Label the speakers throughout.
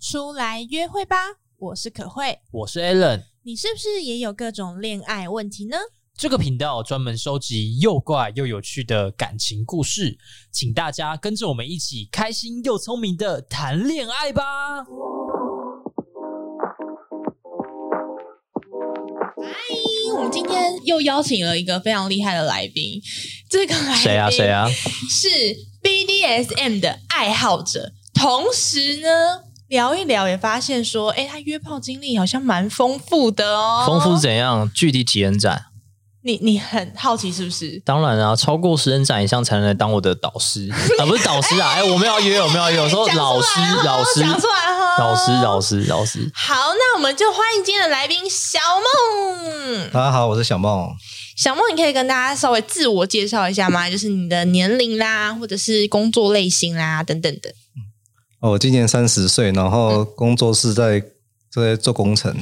Speaker 1: 出来约会吧！我是可慧，
Speaker 2: 我是 Alan。
Speaker 1: 你是不是也有各种恋爱问题呢？
Speaker 2: 这个频道专门收集又怪又有趣的感情故事，请大家跟着我们一起开心又聪明的谈恋爱吧！
Speaker 1: 我们今天又邀请了一个非常厉害的来宾，这个来宾
Speaker 2: 谁啊？谁？啊？
Speaker 1: 是 BDSM 的爱好者，同时呢，聊一聊也发现说，哎，他约炮经历好像蛮丰富的哦。
Speaker 3: 丰富是怎样？具体体验展？
Speaker 1: 你你很好奇是不是？
Speaker 3: 当然啊，超过十人展以上才能来当我的导师啊，不是导师啊！哎、我们要约，我们要约。我说
Speaker 1: 讲出来
Speaker 3: 老师
Speaker 1: 哦，
Speaker 3: 老师，
Speaker 1: 讲出来哈、
Speaker 3: 老师，老师，老师。
Speaker 1: 好，那我们就欢迎今天的来宾小梦。
Speaker 4: 大家好，我是小梦。
Speaker 1: 小梦，你可以跟大家稍微自我介绍一下吗？就是你的年龄啦，或者是工作类型啦，等等的。
Speaker 4: 哦，我今年三十岁，然后
Speaker 1: 嗯
Speaker 4: 工作是在在做工程。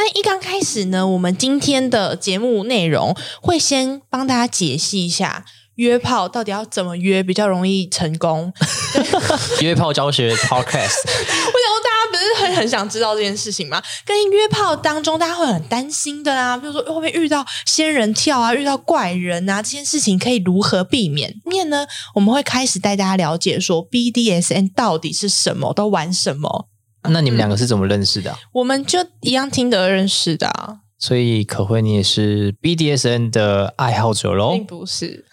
Speaker 1: 那一刚开始呢，我们今天的节目内容会先帮大家解析一下约炮到底要怎么约比较容易成功。我
Speaker 3: 约炮教学 podcast，
Speaker 1: 想说大家不是很很想知道这件事情吗？跟约炮当中，大家会很担心的啊啦，比如说会不会遇到仙人跳啊，遇到怪人啊，这件事情可以如何避免？面呢，我们会开始带大家了解说 BDSN 到底是什么，都玩什么。
Speaker 3: 那你们两个是怎么认识的啊、
Speaker 1: 我们就一样听得认识的、啊，
Speaker 3: 所以可慧，你也是 BDSN 的爱好者喽
Speaker 1: 并？不是，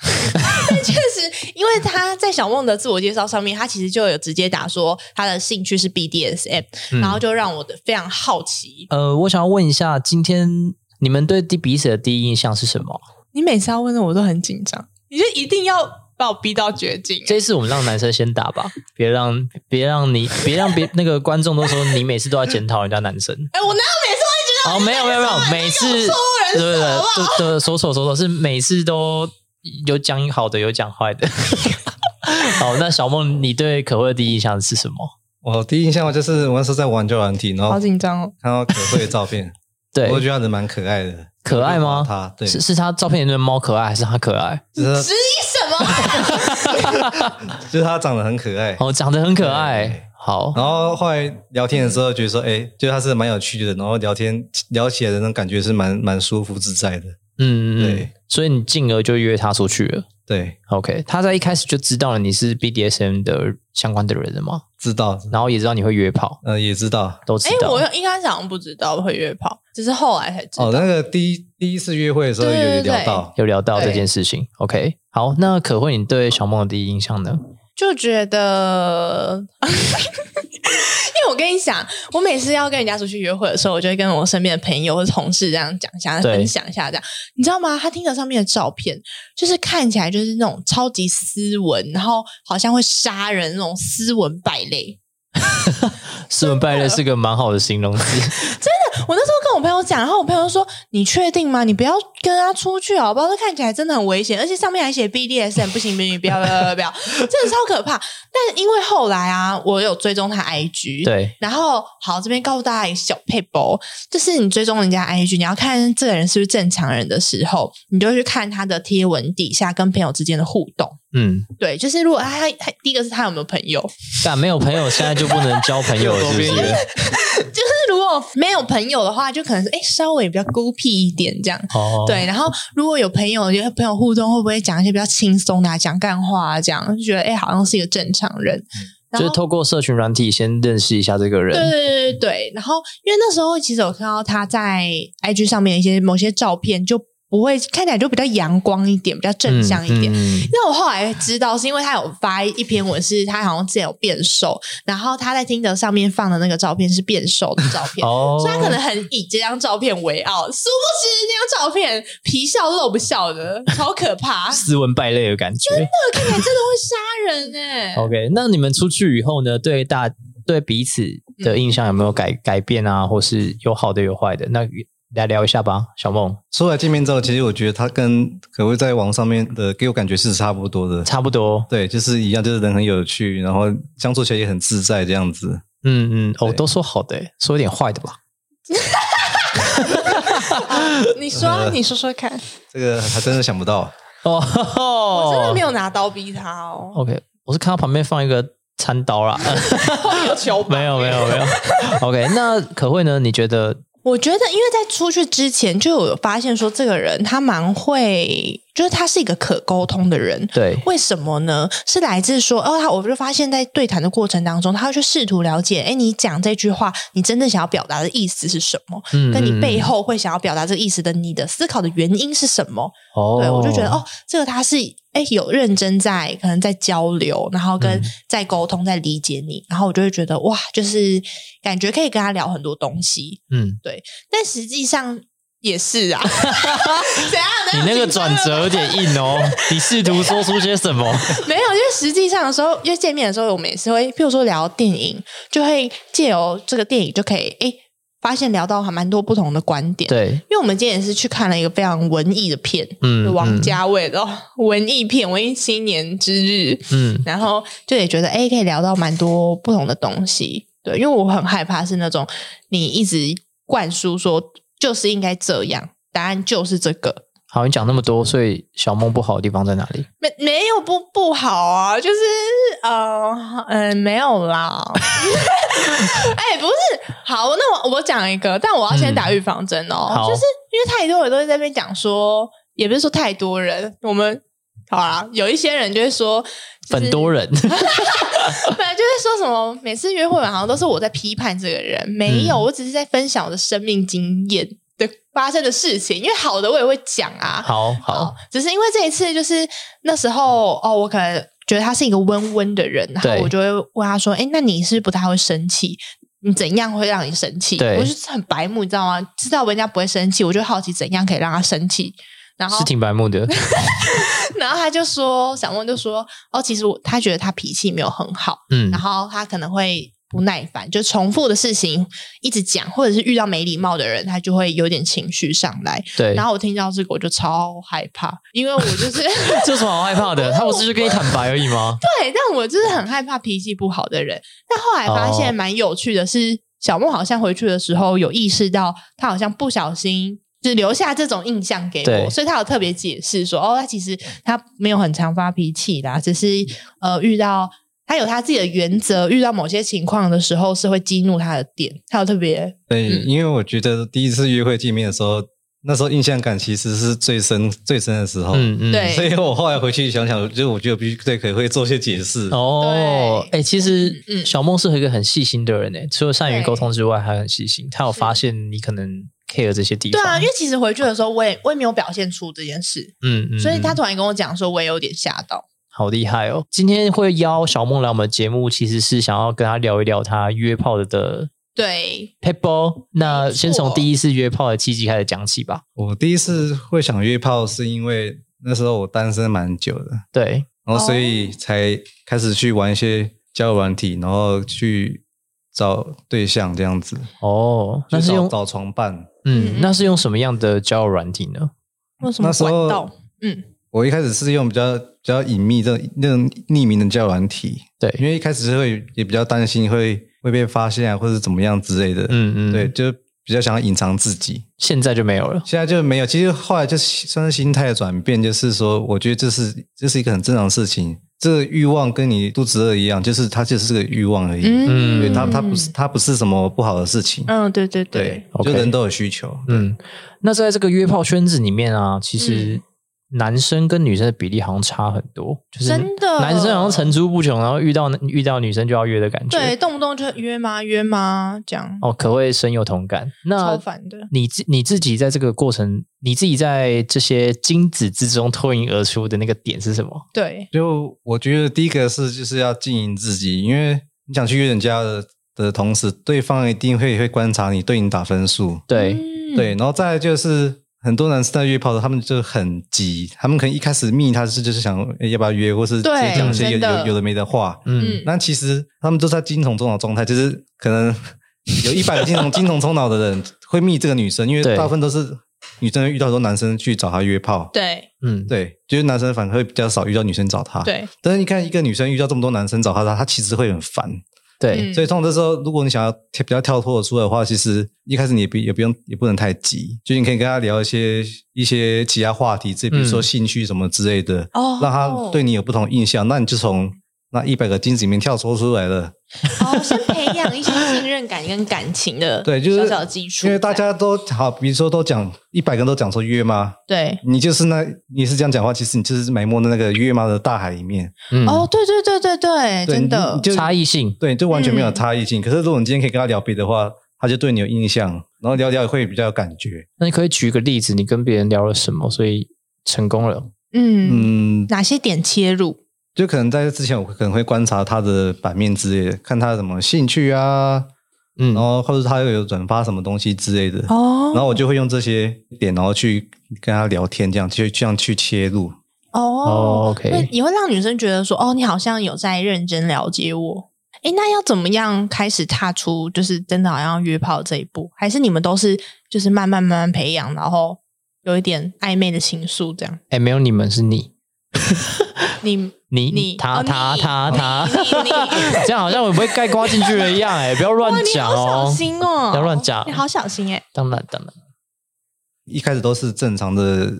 Speaker 1: 但确实，因为他在小梦的自我介绍上面，他其实就有直接打说他的兴趣是 BDSM，、
Speaker 3: 嗯
Speaker 1: 然后就让我的非常好奇。
Speaker 3: 呃，我想要问一下，今天你们对第彼此的第一印象是什么？
Speaker 1: 你每次要问的我都很紧张，你就一定要把我逼到绝境、
Speaker 3: 这一次我们让男生先打吧， 别让别让你别让 别那个观众都说你每次都要检讨人家男生。
Speaker 1: 哎、我哪有每次
Speaker 3: 哦，没有没有没有，每次对
Speaker 1: 人
Speaker 3: 对对，对对，手手手手是每次都有讲好的，有讲坏的。 好，那小梦，你对可慧的第一印象是什么？
Speaker 4: 我第一印象就是我那时候在玩交友软体，然后
Speaker 1: 紧张哦？
Speaker 4: 看到可慧的照 片，
Speaker 3: 对，
Speaker 4: 我觉得他人蛮可爱的。
Speaker 3: 可爱吗
Speaker 4: 他对，
Speaker 3: 是是他照片里的猫可爱，还是他可爱？
Speaker 4: 就是
Speaker 1: 质疑 什么？
Speaker 4: 他就是他长得很可爱。
Speaker 3: 哦，长得很可
Speaker 4: 对
Speaker 3: 爱。好，
Speaker 4: 然后后来聊天的时候，觉得说，哎，觉得他是蛮有趣的，然后聊天聊起来的那种感觉是蛮蛮舒服自在的。
Speaker 3: 嗯嗯嗯
Speaker 4: 对，
Speaker 3: 所以你进而就约他出去了。
Speaker 4: 对，
Speaker 3: OK，他在一开始就知道了你是 BDSM 的相关的人了吗？
Speaker 4: 知道，
Speaker 3: 然后也知道你会约炮，
Speaker 4: 呃，也知道。
Speaker 3: 都知
Speaker 1: 哎、
Speaker 3: 道。
Speaker 1: 我一开始好像不知道会约炮，只是后来才知道。
Speaker 4: 哦，那个第一第一次约会的时候
Speaker 1: 对对
Speaker 4: 有
Speaker 1: 对
Speaker 4: 聊到，
Speaker 3: 有聊到
Speaker 1: 对
Speaker 3: 这件事情。OK，好，那可慧，你对小梦的第一印 象呢？
Speaker 1: 就觉 得，因为我跟你讲，我每次要跟人家出去约会的时候，我就会跟我身边的朋友或者同事这样讲一下，
Speaker 3: 对
Speaker 1: 分享一下这样。你知道吗？他听着上面的照片，就是看起来就是那种超级斯文，然后好像会杀人那种斯文败类。
Speaker 3: 斯文败类是个蛮好的形容词。
Speaker 1: 我那时候跟我朋友讲，然后我朋友就说：“你确定吗？你不要跟他出去好不好？这看起来真的很危险，而且上面还写 BDSM，不行不行，不要不要不要不要，真的超可怕。”但因为后来啊，我有追踪他 IG，
Speaker 3: 对，
Speaker 1: 然后好，这边告诉大家一个小配包，就是你追踪人家 IG，你要看这个人是不是正常人的时候，你就去看他的贴文底下跟朋友之间的互动。
Speaker 3: 嗯，
Speaker 1: 对，就是如果他他第一个是他有没有朋友，
Speaker 3: 但没有朋友，现在就不能交朋友，是不
Speaker 4: 边
Speaker 3: 是
Speaker 4: 缘？
Speaker 1: 就是如果没有朋友的话，就可能是哎稍微比较孤僻一点这样。
Speaker 3: 哦，，
Speaker 1: 对，然后如果有朋友，有朋友互动，会不会讲一些比较轻松的、啊，讲干话啊，这样就觉得哎、好像是一个正常人。然
Speaker 3: 嗯就
Speaker 1: 后
Speaker 3: 是透过社群软体先认识一下这个人。
Speaker 1: 对对对对对。然后因为那时候其实我看到他在 IG 上面的一些某些照片，就不会看起来就比较阳光一点，比较正向一点。
Speaker 3: 嗯嗯
Speaker 1: 那我后来知道，是因为他有发一篇文，是他好像自己有变瘦，然后他在听的上面放的那个照片是变瘦的照片，
Speaker 3: 哦，，
Speaker 1: 所以他可能很以这张照片为傲，殊不知那张照片皮笑肉不笑的，超可怕
Speaker 3: 斯文败类的感觉。
Speaker 1: 看起来真的会杀人哎、
Speaker 3: OK，那你们出去以后呢？对大对彼此
Speaker 1: 嗯
Speaker 3: 的印象有没有改改变啊？或是有好的有坏的？那来聊一下吧，小梦。
Speaker 4: 出来见面之后，其实我觉得他跟可会在网上面的给我感觉是差不多的，
Speaker 3: 差不多，
Speaker 4: 对，就是一样，就是人很有趣，然后相处起来也很自在这样子。
Speaker 3: 嗯嗯，哦，
Speaker 4: 对
Speaker 3: 都说好的，说一点坏的吧。
Speaker 1: 你说，你说说看，
Speaker 4: 这个还真的想不到，
Speaker 3: 哦，
Speaker 1: 我真的 没有拿刀逼他哦，
Speaker 3: OK，我是看到旁边放一个餐刀啦，
Speaker 1: 后面有球棒
Speaker 3: 没有没有没有， OK，那可慧呢？你觉得
Speaker 1: 我觉得，因为在出去之前就有发现说，这个人他蛮会，就是他是一个可沟通的人。
Speaker 3: 对？
Speaker 1: 为什么呢？是来自说，哦，他我就发现，在对谈的过程当中，他会去试图了解，哎，你讲这句话，你真正想要表达的意思是什么？
Speaker 3: 嗯
Speaker 1: 跟你背
Speaker 3: 嗯
Speaker 1: 后会想要表达这个意思的，你的思考的原因是什么？
Speaker 3: 哦，
Speaker 1: 对我就觉得，哦，这个他是哎有认真在，可能在交流，然后跟
Speaker 3: 嗯
Speaker 1: 在沟通，在理解你，然后我就会觉得哇，就是感觉可以跟他聊很多东西，
Speaker 3: 嗯，
Speaker 1: 但实际上也是 啊，怎样？
Speaker 3: 你那个转折有点硬哦，你试图说出些 什么？
Speaker 1: 没有，因为实际上的时候，因为见面的时候，我们也是会，譬如说聊电影，就会借由这个电影就可以哎。发现聊到还蛮多不同的观点，
Speaker 3: 对，
Speaker 1: 因为我们今天也是去看了一个非常文艺的片，
Speaker 3: 嗯，
Speaker 1: 王
Speaker 3: 嗯，
Speaker 1: 家卫的、哦文艺片《文艺青年之日》，
Speaker 3: 嗯，
Speaker 1: 然后就也觉得哎、诶可以聊到蛮多不同的东西。对，因为我很害怕是那种你一直灌输说就是应该这样，答案就是这个，
Speaker 3: 好，你讲那么多，所以小梦不好的地方在哪里？
Speaker 1: 没没有不不好啊，就是呃嗯、没有 啦。哎、不是，好，那我我讲一个，但我要先打预防针哦，
Speaker 3: 嗯好
Speaker 1: 就是因为太多人都在那边讲说，也不是说太多人，我们好啦，有一些人就会 说，就是
Speaker 3: 很 多人，
Speaker 1: 本来就会说什么，每次约会完好像都是我在批判这个人，没有，
Speaker 3: 嗯
Speaker 1: 我只是在分享我的生命经验的发生的事情，因为好的我也会讲啊。
Speaker 3: 好好，，
Speaker 1: 只是因为这一次就是那时候哦，我可能觉得他是一个温温的人，然后
Speaker 3: 对
Speaker 1: 我就会问他说：“哎，那你是不是不太会生气？”你怎样会让你生气？
Speaker 3: 对
Speaker 1: 我就是很白目，你知道吗？知道人家不会生气，我就好奇怎样可以让他生气。然后
Speaker 3: 是挺白目的，
Speaker 1: 然后他就说，小梦就说，哦，其实我他觉得他脾气没有很好，
Speaker 3: 嗯
Speaker 1: 然，后他可能会不耐烦，就重复的事情一直讲，或者是遇到没礼貌的人，他就会有点情绪上来。
Speaker 3: 对，
Speaker 1: 然后我听到这个，我就超害怕，因为我 就是对，
Speaker 3: 这有什么好害怕的？他不是就跟你坦白而已吗？
Speaker 1: 但我就是很害怕脾气不好的人。但后来发
Speaker 3: 哦
Speaker 1: 现蛮有趣的是，小梦好像回去的时候有意识到，他好像不小心。就留下这种印象给
Speaker 3: 对
Speaker 1: 我，所以他有特别解释说，哦，他其实他没有很常发脾气啦，只是呃遇到他有他自己的原则，遇到某些情况的时候是会激怒他的点，他有特别
Speaker 4: 对，
Speaker 1: 嗯
Speaker 4: 因为我觉得第一次约会见面的时候，那时候印象感其实是最深最深的时候。
Speaker 3: 嗯嗯，
Speaker 1: 对
Speaker 4: 所以我后来回去想想，就是我觉得我必须对可能会做些解释。
Speaker 3: 哦，哎、
Speaker 1: 对
Speaker 3: 其实
Speaker 1: 嗯嗯
Speaker 3: 小梦是一个很细心的人诶，除了善于
Speaker 1: 对
Speaker 3: 沟通之外，还很细心。他有发现你可能 care 这些地
Speaker 1: 对
Speaker 3: 方，
Speaker 1: 啊，因为其实回去的时候，我也我也没有表现出这件事，
Speaker 3: 嗯嗯，
Speaker 1: 所以他
Speaker 3: 嗯
Speaker 1: 突然跟我讲说，我也有点吓到。
Speaker 3: 好厉害哦。今天会邀小梦来我们的节目，其实是想要跟他聊一聊他约炮的
Speaker 1: 对，
Speaker 3: p e b a l 那先从第一次约炮的契机开始讲起吧。
Speaker 4: 我第一次会想约炮，是因为那时候我单身蛮久的，
Speaker 3: 对，
Speaker 4: 然后所以才开始去玩一些交友软体，然后去找对象这样子，
Speaker 3: 哦，那
Speaker 4: 去
Speaker 3: 是
Speaker 4: 找
Speaker 3: 用
Speaker 4: 找床伴。
Speaker 3: 嗯
Speaker 1: 嗯，
Speaker 3: 那是用什么样的交友软体呢？
Speaker 1: 为什
Speaker 4: 那
Speaker 1: 么
Speaker 4: 时候
Speaker 1: 管道？嗯，
Speaker 4: 我一开始是用比较比较隐秘这种那种匿名的交友软体，因
Speaker 3: 对，
Speaker 4: 为一开始是会也比较担心会会被发现啊，或者怎么样之类的。
Speaker 3: 嗯嗯，
Speaker 4: 对，，就比较想要隐藏自己。
Speaker 3: 现在就没有了。
Speaker 4: 现在就没有，其实后来就算是心态的转变，就是说，我觉得这是这是一个很正常的事情。这个欲望跟你肚子饿一样，就是它就是个欲望而已。
Speaker 1: 嗯
Speaker 4: 对它它不是它不是什么不好的事情。
Speaker 1: 嗯，对对
Speaker 4: 对
Speaker 1: 对，，
Speaker 3: OK
Speaker 4: 就人都有需求。
Speaker 3: 嗯，那在这个约炮圈子里面啊，其
Speaker 1: 嗯
Speaker 3: 实男生跟女生的比例好像差很多，就是
Speaker 1: 真的
Speaker 3: 男生好像层出不穷，然后遇到遇到女生就要约的感觉。
Speaker 1: 对，，动不动就约吗约吗这样，
Speaker 3: 哦，可谓深有同感。
Speaker 1: 超
Speaker 3: 那
Speaker 1: 烦的。
Speaker 3: 你自你自己在这个过程，你自己在这些精子之中脱颖而出的那个点是什么？
Speaker 1: 对，
Speaker 4: 就我觉得第一个是就是要经营自己，因为你想去约人家的的同时，对方一定会会观察你，对你打分数。
Speaker 3: 对，
Speaker 1: 嗯
Speaker 4: 对，，然后再来就是很多男生在约炮的时候，他们就很急，他们可能一开始密他是就是想、诶要不要约，或是直接
Speaker 1: 对
Speaker 4: 讲一些有
Speaker 1: 真的
Speaker 4: 有有的没的话。
Speaker 3: 嗯，
Speaker 1: 嗯
Speaker 4: 那其实他们都在精虫冲脑状态，就是可能有一百个精虫精虫冲脑的人会密这个女生，因为
Speaker 3: 对
Speaker 4: 大部分都是女生会遇到很多男生去找她约炮。
Speaker 1: 对
Speaker 3: 嗯，
Speaker 4: 对，就是男生反而会比较少遇到女生找他。，
Speaker 1: 对
Speaker 4: 但是你看一个女生遇到这么多男生找她，她她其实会很烦。
Speaker 3: 对，
Speaker 1: 嗯
Speaker 4: 所以通常这时候，如果你想要跳比较跳脱的出来的话，其实一开始你也不也不用也不能太急，就你可以跟他聊一些一些其他话题，这比如说
Speaker 3: 嗯
Speaker 4: 兴趣什么之类的，
Speaker 1: 哦
Speaker 4: 让他对你有不同印象，那你就从那一百个精子里面跳脱出来了。
Speaker 1: 哦，先培培养一些信任感跟感情的
Speaker 4: 对，就是
Speaker 1: 小小基础，
Speaker 4: 因为大家都好，比如说都讲一百个人都讲说约吗？
Speaker 1: 对。
Speaker 4: 你就是那你是这样讲话，其实你就是埋没在那个约吗的大海里面，
Speaker 3: 嗯，
Speaker 1: 哦，对对对对对，
Speaker 4: 对
Speaker 1: 真的
Speaker 4: 你，就
Speaker 3: 差异性，
Speaker 4: 对，就完全没
Speaker 1: 嗯
Speaker 4: 有差异性。可是如果你今天可以跟他聊别的话，他就对你有印象，然后聊聊也会比较有感觉。
Speaker 3: 那你可以举一个例子，你跟别人聊了什么，所以成功了？
Speaker 1: 嗯，
Speaker 4: 嗯，
Speaker 1: 哪些点切入？
Speaker 4: 就可能在这之前，我可能会观察他的版面之类的，看他有什么兴趣啊，
Speaker 3: 嗯
Speaker 4: 然，后或者他又有转发什么东西之类的，
Speaker 1: 哦，
Speaker 4: 然后我就会用这些点，然后去跟他聊天，这样就这样去切入。
Speaker 1: 哦
Speaker 3: 哦，OK
Speaker 1: 会也会让女生觉得说，哦，你好像有在认真了解我。诶，那要怎么样开始踏出，就是真的好像约炮这一步？还是你们都是就是慢慢慢慢培养，然后有一点暧昧的情愫这样？
Speaker 3: 哎，没有你们是你，
Speaker 1: 你你
Speaker 3: 你
Speaker 1: 你
Speaker 3: 他
Speaker 1: 哦
Speaker 3: 他
Speaker 1: 你
Speaker 3: 他他，
Speaker 1: 你，
Speaker 3: 这样好像我被盖刮进去了一样，哎，不要 乱
Speaker 1: 哇你
Speaker 3: 讲
Speaker 1: 好小
Speaker 3: 哦，
Speaker 1: 心哦，
Speaker 3: 不要乱讲
Speaker 1: 你好小心欸诶。
Speaker 3: 当然当然，
Speaker 4: 一开始都是正常的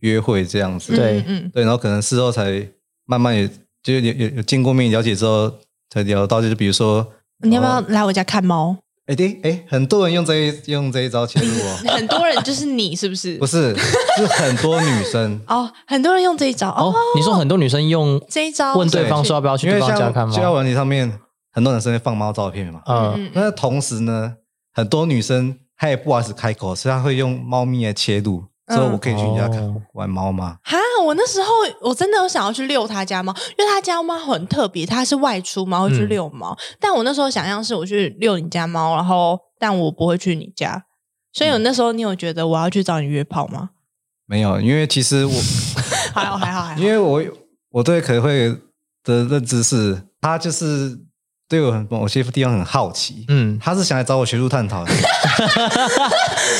Speaker 4: 约会这样子，
Speaker 3: 对
Speaker 1: 嗯嗯
Speaker 4: 对，然后可能事后才慢慢也就有有有见过面了解之后，才聊到就是比如说，
Speaker 1: 嗯，你要不
Speaker 3: 哦
Speaker 1: 要来我家看猫？
Speaker 4: 哎对哎，很多人用这一用这一招切入哦，
Speaker 1: 很多人就是你是不是？，
Speaker 4: 不是，是很多女生
Speaker 1: 哦，很多人用这一招
Speaker 3: 哦
Speaker 1: 哦，，
Speaker 3: 你说很多女生用
Speaker 1: 这一招
Speaker 3: 问对方说要不 要去
Speaker 4: 因
Speaker 3: 对
Speaker 4: 为
Speaker 3: 方
Speaker 4: 像
Speaker 3: 家看
Speaker 4: 交友
Speaker 3: 吗？
Speaker 4: 软体上面很多男生会放猫照片嘛，
Speaker 3: 嗯，
Speaker 1: 嗯嗯
Speaker 4: 那同时呢，很多女生她也不好意思开口，所以她会用猫咪来切入，
Speaker 1: 嗯
Speaker 4: 所以我可以去你家看、
Speaker 3: 哦
Speaker 4: 玩猫吗？
Speaker 1: 哈，我那时候我真的有想要去遛他家猫，因为他家猫很特别，它是外出猫会去
Speaker 3: 嗯
Speaker 1: 遛猫。但我那时候想象是我去遛你家猫，然后但我不会去你家，所
Speaker 4: 嗯
Speaker 1: 以我那时候你有觉得我要去找你约炮吗？
Speaker 4: 没有，因为其实我
Speaker 1: 还好还好还好
Speaker 4: 因，为我我对可会的认知是，他就是对我很某些地方很好奇，
Speaker 3: 嗯，
Speaker 4: 他是想来找我学术探讨的，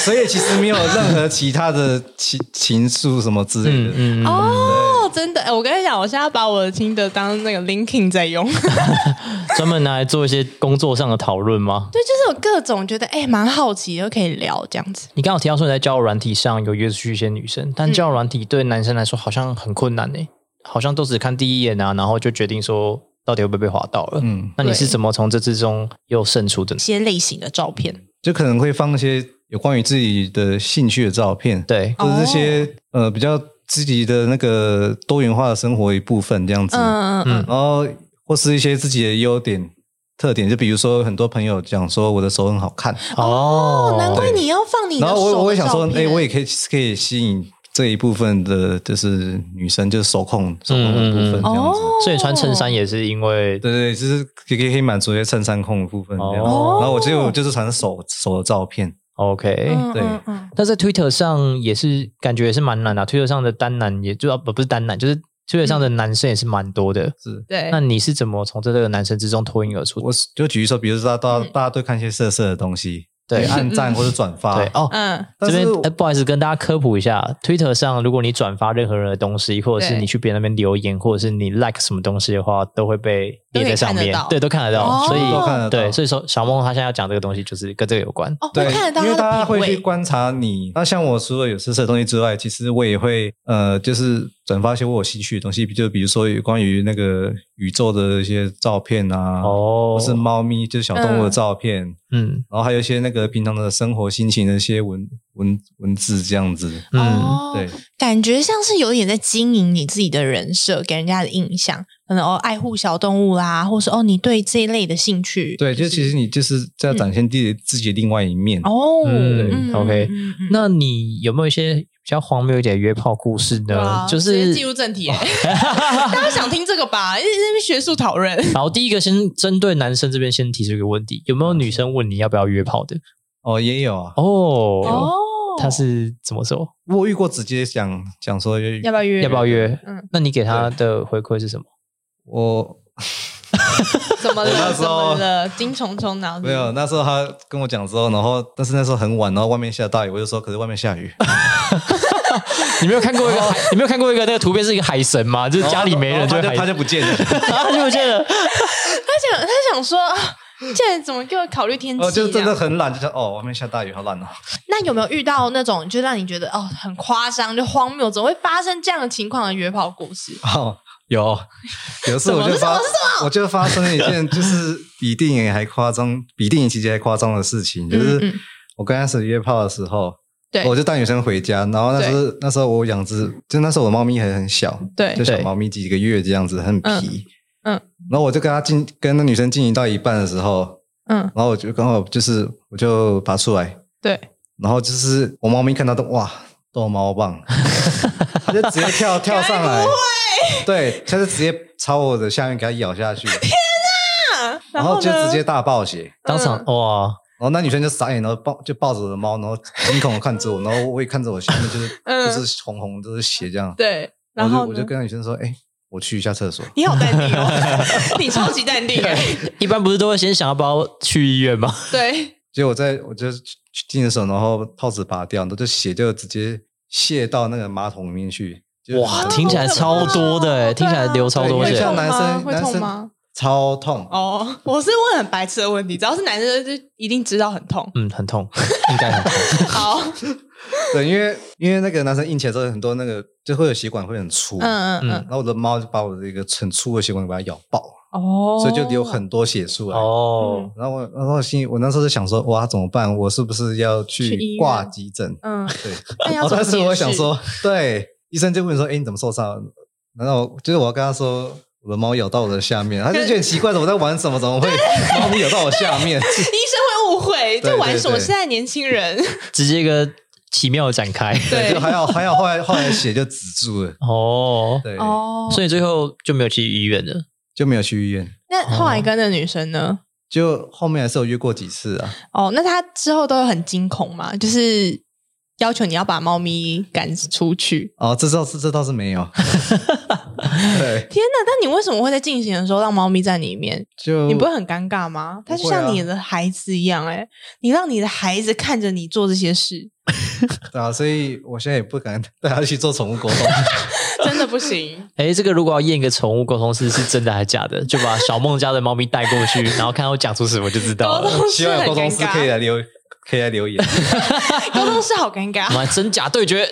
Speaker 4: 所以其实没有任何其他的情情愫什么之类
Speaker 3: 嗯
Speaker 4: 的。
Speaker 3: 嗯
Speaker 1: 哦
Speaker 3: 哦，
Speaker 1: 哦，真的，哎我跟你讲，我现在把我的听的当那个 linking 在用， 对，
Speaker 3: 专门拿来做一些工作上的讨论吗？
Speaker 1: 就是有各种觉得哎蛮好奇，又可以聊这样子。
Speaker 3: 你刚好提到说你在交友软体上有约出去一些女生，但
Speaker 1: 嗯
Speaker 3: 交友软体对男生来说好像很困难呢、欸好像都只看第一眼啊，然后就决定说到底会不会被划到了。
Speaker 4: 嗯，
Speaker 3: 那你
Speaker 1: 对
Speaker 3: 是怎么从这之中又胜出的
Speaker 1: 一
Speaker 3: 呢？
Speaker 1: 些类型的照片，
Speaker 4: 就可能会放一些有关于自己的兴趣的照片，
Speaker 3: 对，
Speaker 4: 或者这些呃比较自己的那个多元化的生活一部分这样子，
Speaker 1: 嗯嗯嗯，
Speaker 3: 嗯
Speaker 4: 然后或是一些自己的优点特点，就比如说很多朋友讲说我的手很好看，
Speaker 3: 哦
Speaker 1: 哦，难怪你要放你的
Speaker 4: 然
Speaker 1: 手
Speaker 4: 后
Speaker 1: 的
Speaker 4: 我我也想说
Speaker 1: 照，
Speaker 4: 哎、
Speaker 1: 片
Speaker 4: 我也可以可以吸引这一部分的，就是女生，就是手控手控的部分
Speaker 3: 嗯嗯嗯
Speaker 4: 这
Speaker 1: 哦
Speaker 4: 样子。
Speaker 3: 所以穿衬衫也是因为
Speaker 4: 对对，对就是可以可以满足一些衬衫控的部分这样。
Speaker 3: 哦
Speaker 4: 然后我就我就是传手手的照片，
Speaker 3: OK，、
Speaker 1: 嗯
Speaker 4: 对
Speaker 1: 嗯嗯
Speaker 3: 但在 Twitter 上也是感觉也是蛮难的、Twitter 上的单男也就啊不不是单男，就是 Twitter 上的男生也是蛮多的。
Speaker 4: 是。
Speaker 1: 对，
Speaker 3: 那你是怎么从这个男生之中脱颖而出的？
Speaker 4: 我就举一说，比如说大家大
Speaker 1: 嗯
Speaker 4: 大家都看一些色色的东西，
Speaker 3: 对
Speaker 4: 按赞或者转发，
Speaker 3: 对哦，
Speaker 1: 嗯
Speaker 4: 但
Speaker 3: 这边
Speaker 4: 是、
Speaker 3: 呃不好意思，跟大家科普一下，Twitter 上如果你转发任何人的东西，或者是
Speaker 1: 对
Speaker 3: 你去别人那边留言，或者是你 like 什么东西的话，都会被列在上
Speaker 1: 都可以看得
Speaker 3: 面
Speaker 1: 到，
Speaker 3: 对，都看得到。
Speaker 1: 哦
Speaker 3: 所以
Speaker 4: 都看得到
Speaker 3: 对，所以说小梦他现在要讲这个东西，就是跟这个有关。
Speaker 1: 哦，
Speaker 4: 对，
Speaker 1: 会看得
Speaker 4: 因为
Speaker 1: 到
Speaker 4: 大家
Speaker 1: 他的
Speaker 4: 会
Speaker 1: 品
Speaker 4: 去
Speaker 1: 味，
Speaker 4: 观察你。那像我除了有色色的东西之外，其实我也会呃，就是转发一些我有兴趣的东西，就比如说有关于那个宇宙的一些照片啊，
Speaker 3: 哦
Speaker 4: 或是猫咪就是小动物的照片，
Speaker 3: 嗯
Speaker 4: 然后还有一些那个平常的生活心情的一些文文文字这样子。
Speaker 3: 嗯，
Speaker 1: 哦
Speaker 4: 对，
Speaker 1: 感觉像是有点在经营你自己的人设，给人家的印象，可能哦爱护小动物啦，或是哦你对这一类的兴趣，
Speaker 4: 对，就其实你就是在展现自己自己的另外一面。
Speaker 1: 哦
Speaker 3: 嗯，OK
Speaker 1: 嗯嗯
Speaker 3: 那你有没有一些比较荒谬一点的约炮故事
Speaker 1: 对
Speaker 3: 呢
Speaker 4: 呃
Speaker 1: 啊？
Speaker 3: 就
Speaker 1: 直接
Speaker 3: 是
Speaker 1: 进入正题 耶，大家想听这个吧？因为那边学术讨论，
Speaker 3: 然后第一个先针对男生这边先提出一个问题，有没有女生问你要不要约炮的？
Speaker 4: 哦，也有啊，
Speaker 3: 哦，
Speaker 1: 哦，
Speaker 3: 他是怎么说？
Speaker 4: 我遇过直接讲讲说
Speaker 1: 要不要约？
Speaker 3: 要不要？约？
Speaker 1: 嗯
Speaker 3: 那你给他的回馈是什么？
Speaker 4: 我
Speaker 1: 怎么
Speaker 4: 我那
Speaker 1: 了？怎
Speaker 4: 时
Speaker 1: 么
Speaker 4: 候
Speaker 1: 了？金虫虫脑
Speaker 4: 没有，那时候他跟我讲之后，然后但是那时候很晚，然后外面下大雨，我就说可是外面下雨，
Speaker 3: 你没有看过一个海，你没有看过一个那个图片是一个海神吗？就是家里没人
Speaker 4: 然后
Speaker 3: 哦就
Speaker 4: 他就
Speaker 3: 海
Speaker 4: 他就不见了，
Speaker 3: 他就觉得
Speaker 1: 他想他想说，啊竟然怎么给我考虑天气、
Speaker 4: 哦，
Speaker 1: 啊？
Speaker 4: 就真的很懒，就想哦外面下大雨好懒哦，
Speaker 1: 那有没有遇到那种就让你觉得哦很夸张、就荒谬，怎么会发生这样的情况的约炮故事？
Speaker 4: 哦有，有一次我就发，我就发生了一 件就是比电影还夸张，比电影情节还夸张的事情，就
Speaker 1: 嗯嗯
Speaker 4: 是我刚开始约炮的时候，
Speaker 1: 对
Speaker 4: 我就带女生回家，然后那时候那时候我养只，就那时候我猫咪还很小，
Speaker 1: 对
Speaker 4: 就小
Speaker 3: 对
Speaker 4: 猫咪几个月这样子，很皮，
Speaker 1: 嗯嗯
Speaker 4: 然后我就跟她进跟那女生进行到一半的时候，
Speaker 1: 嗯，
Speaker 4: 然后我就刚好就是我就拔出来，
Speaker 1: 对，
Speaker 4: 然后就是我猫咪看到都哇逗猫棒，它就直接 跳跳上来，对，它就直接朝我的下面给它咬下去，
Speaker 1: 啊
Speaker 4: 然
Speaker 1: 后
Speaker 4: 后
Speaker 1: 呢
Speaker 4: 就直接大暴血。
Speaker 3: 当场哇，
Speaker 4: 然后那女生就傻眼，然后抱就抱着我的猫，然后惊恐的看着我，然后我也看着我下面就是、
Speaker 1: 嗯
Speaker 4: 就是红红就是血这样。
Speaker 1: 对，然
Speaker 4: 我
Speaker 1: 后
Speaker 4: 就我
Speaker 1: 呢
Speaker 4: 就跟那女生说：“哎、我去一下厕所。
Speaker 1: 你好淡定 哦，你超级淡定哎，
Speaker 3: 一般不是都会先想要不要去医院吗？
Speaker 1: 对，”
Speaker 4: 结果我在我就去去进的时候，然后套子拔掉，然后就血就直接泻到那个马桶里面去。就
Speaker 3: 哇，
Speaker 4: 很
Speaker 3: 听起来超多的
Speaker 1: 对啊
Speaker 3: 欸，听起来流超多
Speaker 4: 对因为
Speaker 3: 血。
Speaker 4: 像。男生
Speaker 1: 会
Speaker 4: 男
Speaker 1: 痛吗会痛
Speaker 4: 生
Speaker 1: 吗
Speaker 4: 超痛
Speaker 1: 哦，我是问很白痴的问题，只要是男生就一定知道很痛
Speaker 3: 嗯，很 痛，应该很痛。
Speaker 1: 好，
Speaker 4: 对，因为因为那个男生硬起来之后，很多那个就会有血管会很粗，
Speaker 1: 嗯嗯
Speaker 3: 嗯
Speaker 1: 嗯，
Speaker 4: 然后我的猫就把我的一个很粗的血管给它咬爆，
Speaker 1: 哦
Speaker 4: 所以就流很多血出来。
Speaker 3: 哦，
Speaker 4: 然后我，然后我心里，我那时候就想说，哇，怎么办？我是不是要
Speaker 1: 去
Speaker 4: 去
Speaker 1: 医院
Speaker 4: 挂急诊？
Speaker 1: 嗯，
Speaker 4: 对，
Speaker 1: 那
Speaker 4: 然
Speaker 1: 要
Speaker 4: 后
Speaker 1: 怎么
Speaker 4: 但是
Speaker 1: 解
Speaker 4: 我想
Speaker 1: 释
Speaker 4: 说，对，医生就问说，哎，你怎么受伤？然后就是我跟他说，我的猫咬到我的下面，他就觉得很奇怪，我在玩什么？怎么会猫咪咬到我下
Speaker 1: 医
Speaker 4: 面？
Speaker 1: 生会误会，
Speaker 4: 对
Speaker 1: 这玩什么？
Speaker 4: 对对
Speaker 1: 现在年轻人
Speaker 3: 直接一个奇妙的展开。
Speaker 1: 对
Speaker 4: 对，就还好，还好，后来后来血就止住了，
Speaker 3: 哦，
Speaker 4: 对，
Speaker 1: 哦
Speaker 3: 所以最后就没有去医院了。
Speaker 4: 就没有去医院。
Speaker 1: 那后来跟那女生呢？
Speaker 4: 就后面还是有约过几次啊，
Speaker 1: 哦，那她之后都有很惊恐嘛，就是要求你要把猫咪赶出去。
Speaker 4: 哦，这倒是这倒是 没有，对，
Speaker 1: 天哪！但你为什么会在进行的时候让猫咪在里面？
Speaker 4: 就
Speaker 1: 你不会很尴尬吗？它就
Speaker 4: 呃不会啊
Speaker 1: 像你的孩子一样、欸，哎，你让你的孩子看着你做这些事，
Speaker 4: 对啊，所以我现在也不敢带他去做宠物 沟通。
Speaker 1: 真的不行。
Speaker 3: 哎，这个如果要验一个宠物沟通师是真的还是假的，就把小梦家的猫咪带过 去，然后看它会讲出什么就知道
Speaker 1: 沟
Speaker 3: 了。
Speaker 1: 通
Speaker 4: 希
Speaker 1: 师
Speaker 4: 望有
Speaker 1: 很
Speaker 4: 沟
Speaker 1: 尴
Speaker 4: 通师可
Speaker 1: 尬，
Speaker 4: 以来留，可以来留言。
Speaker 1: 沟通师好 尴
Speaker 3: 我
Speaker 1: 尬。
Speaker 3: 们来真假对决。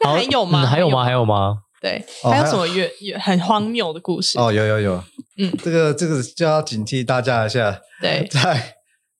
Speaker 1: 那还有吗
Speaker 3: 嗯还有吗？还有吗？
Speaker 1: 对，
Speaker 4: 哦
Speaker 1: 还有
Speaker 4: 还有
Speaker 1: 什么越越很荒谬的故事？
Speaker 4: 哦，有有有，
Speaker 1: 嗯
Speaker 4: 这个这个就要警惕大家一下，
Speaker 1: 对，
Speaker 4: 在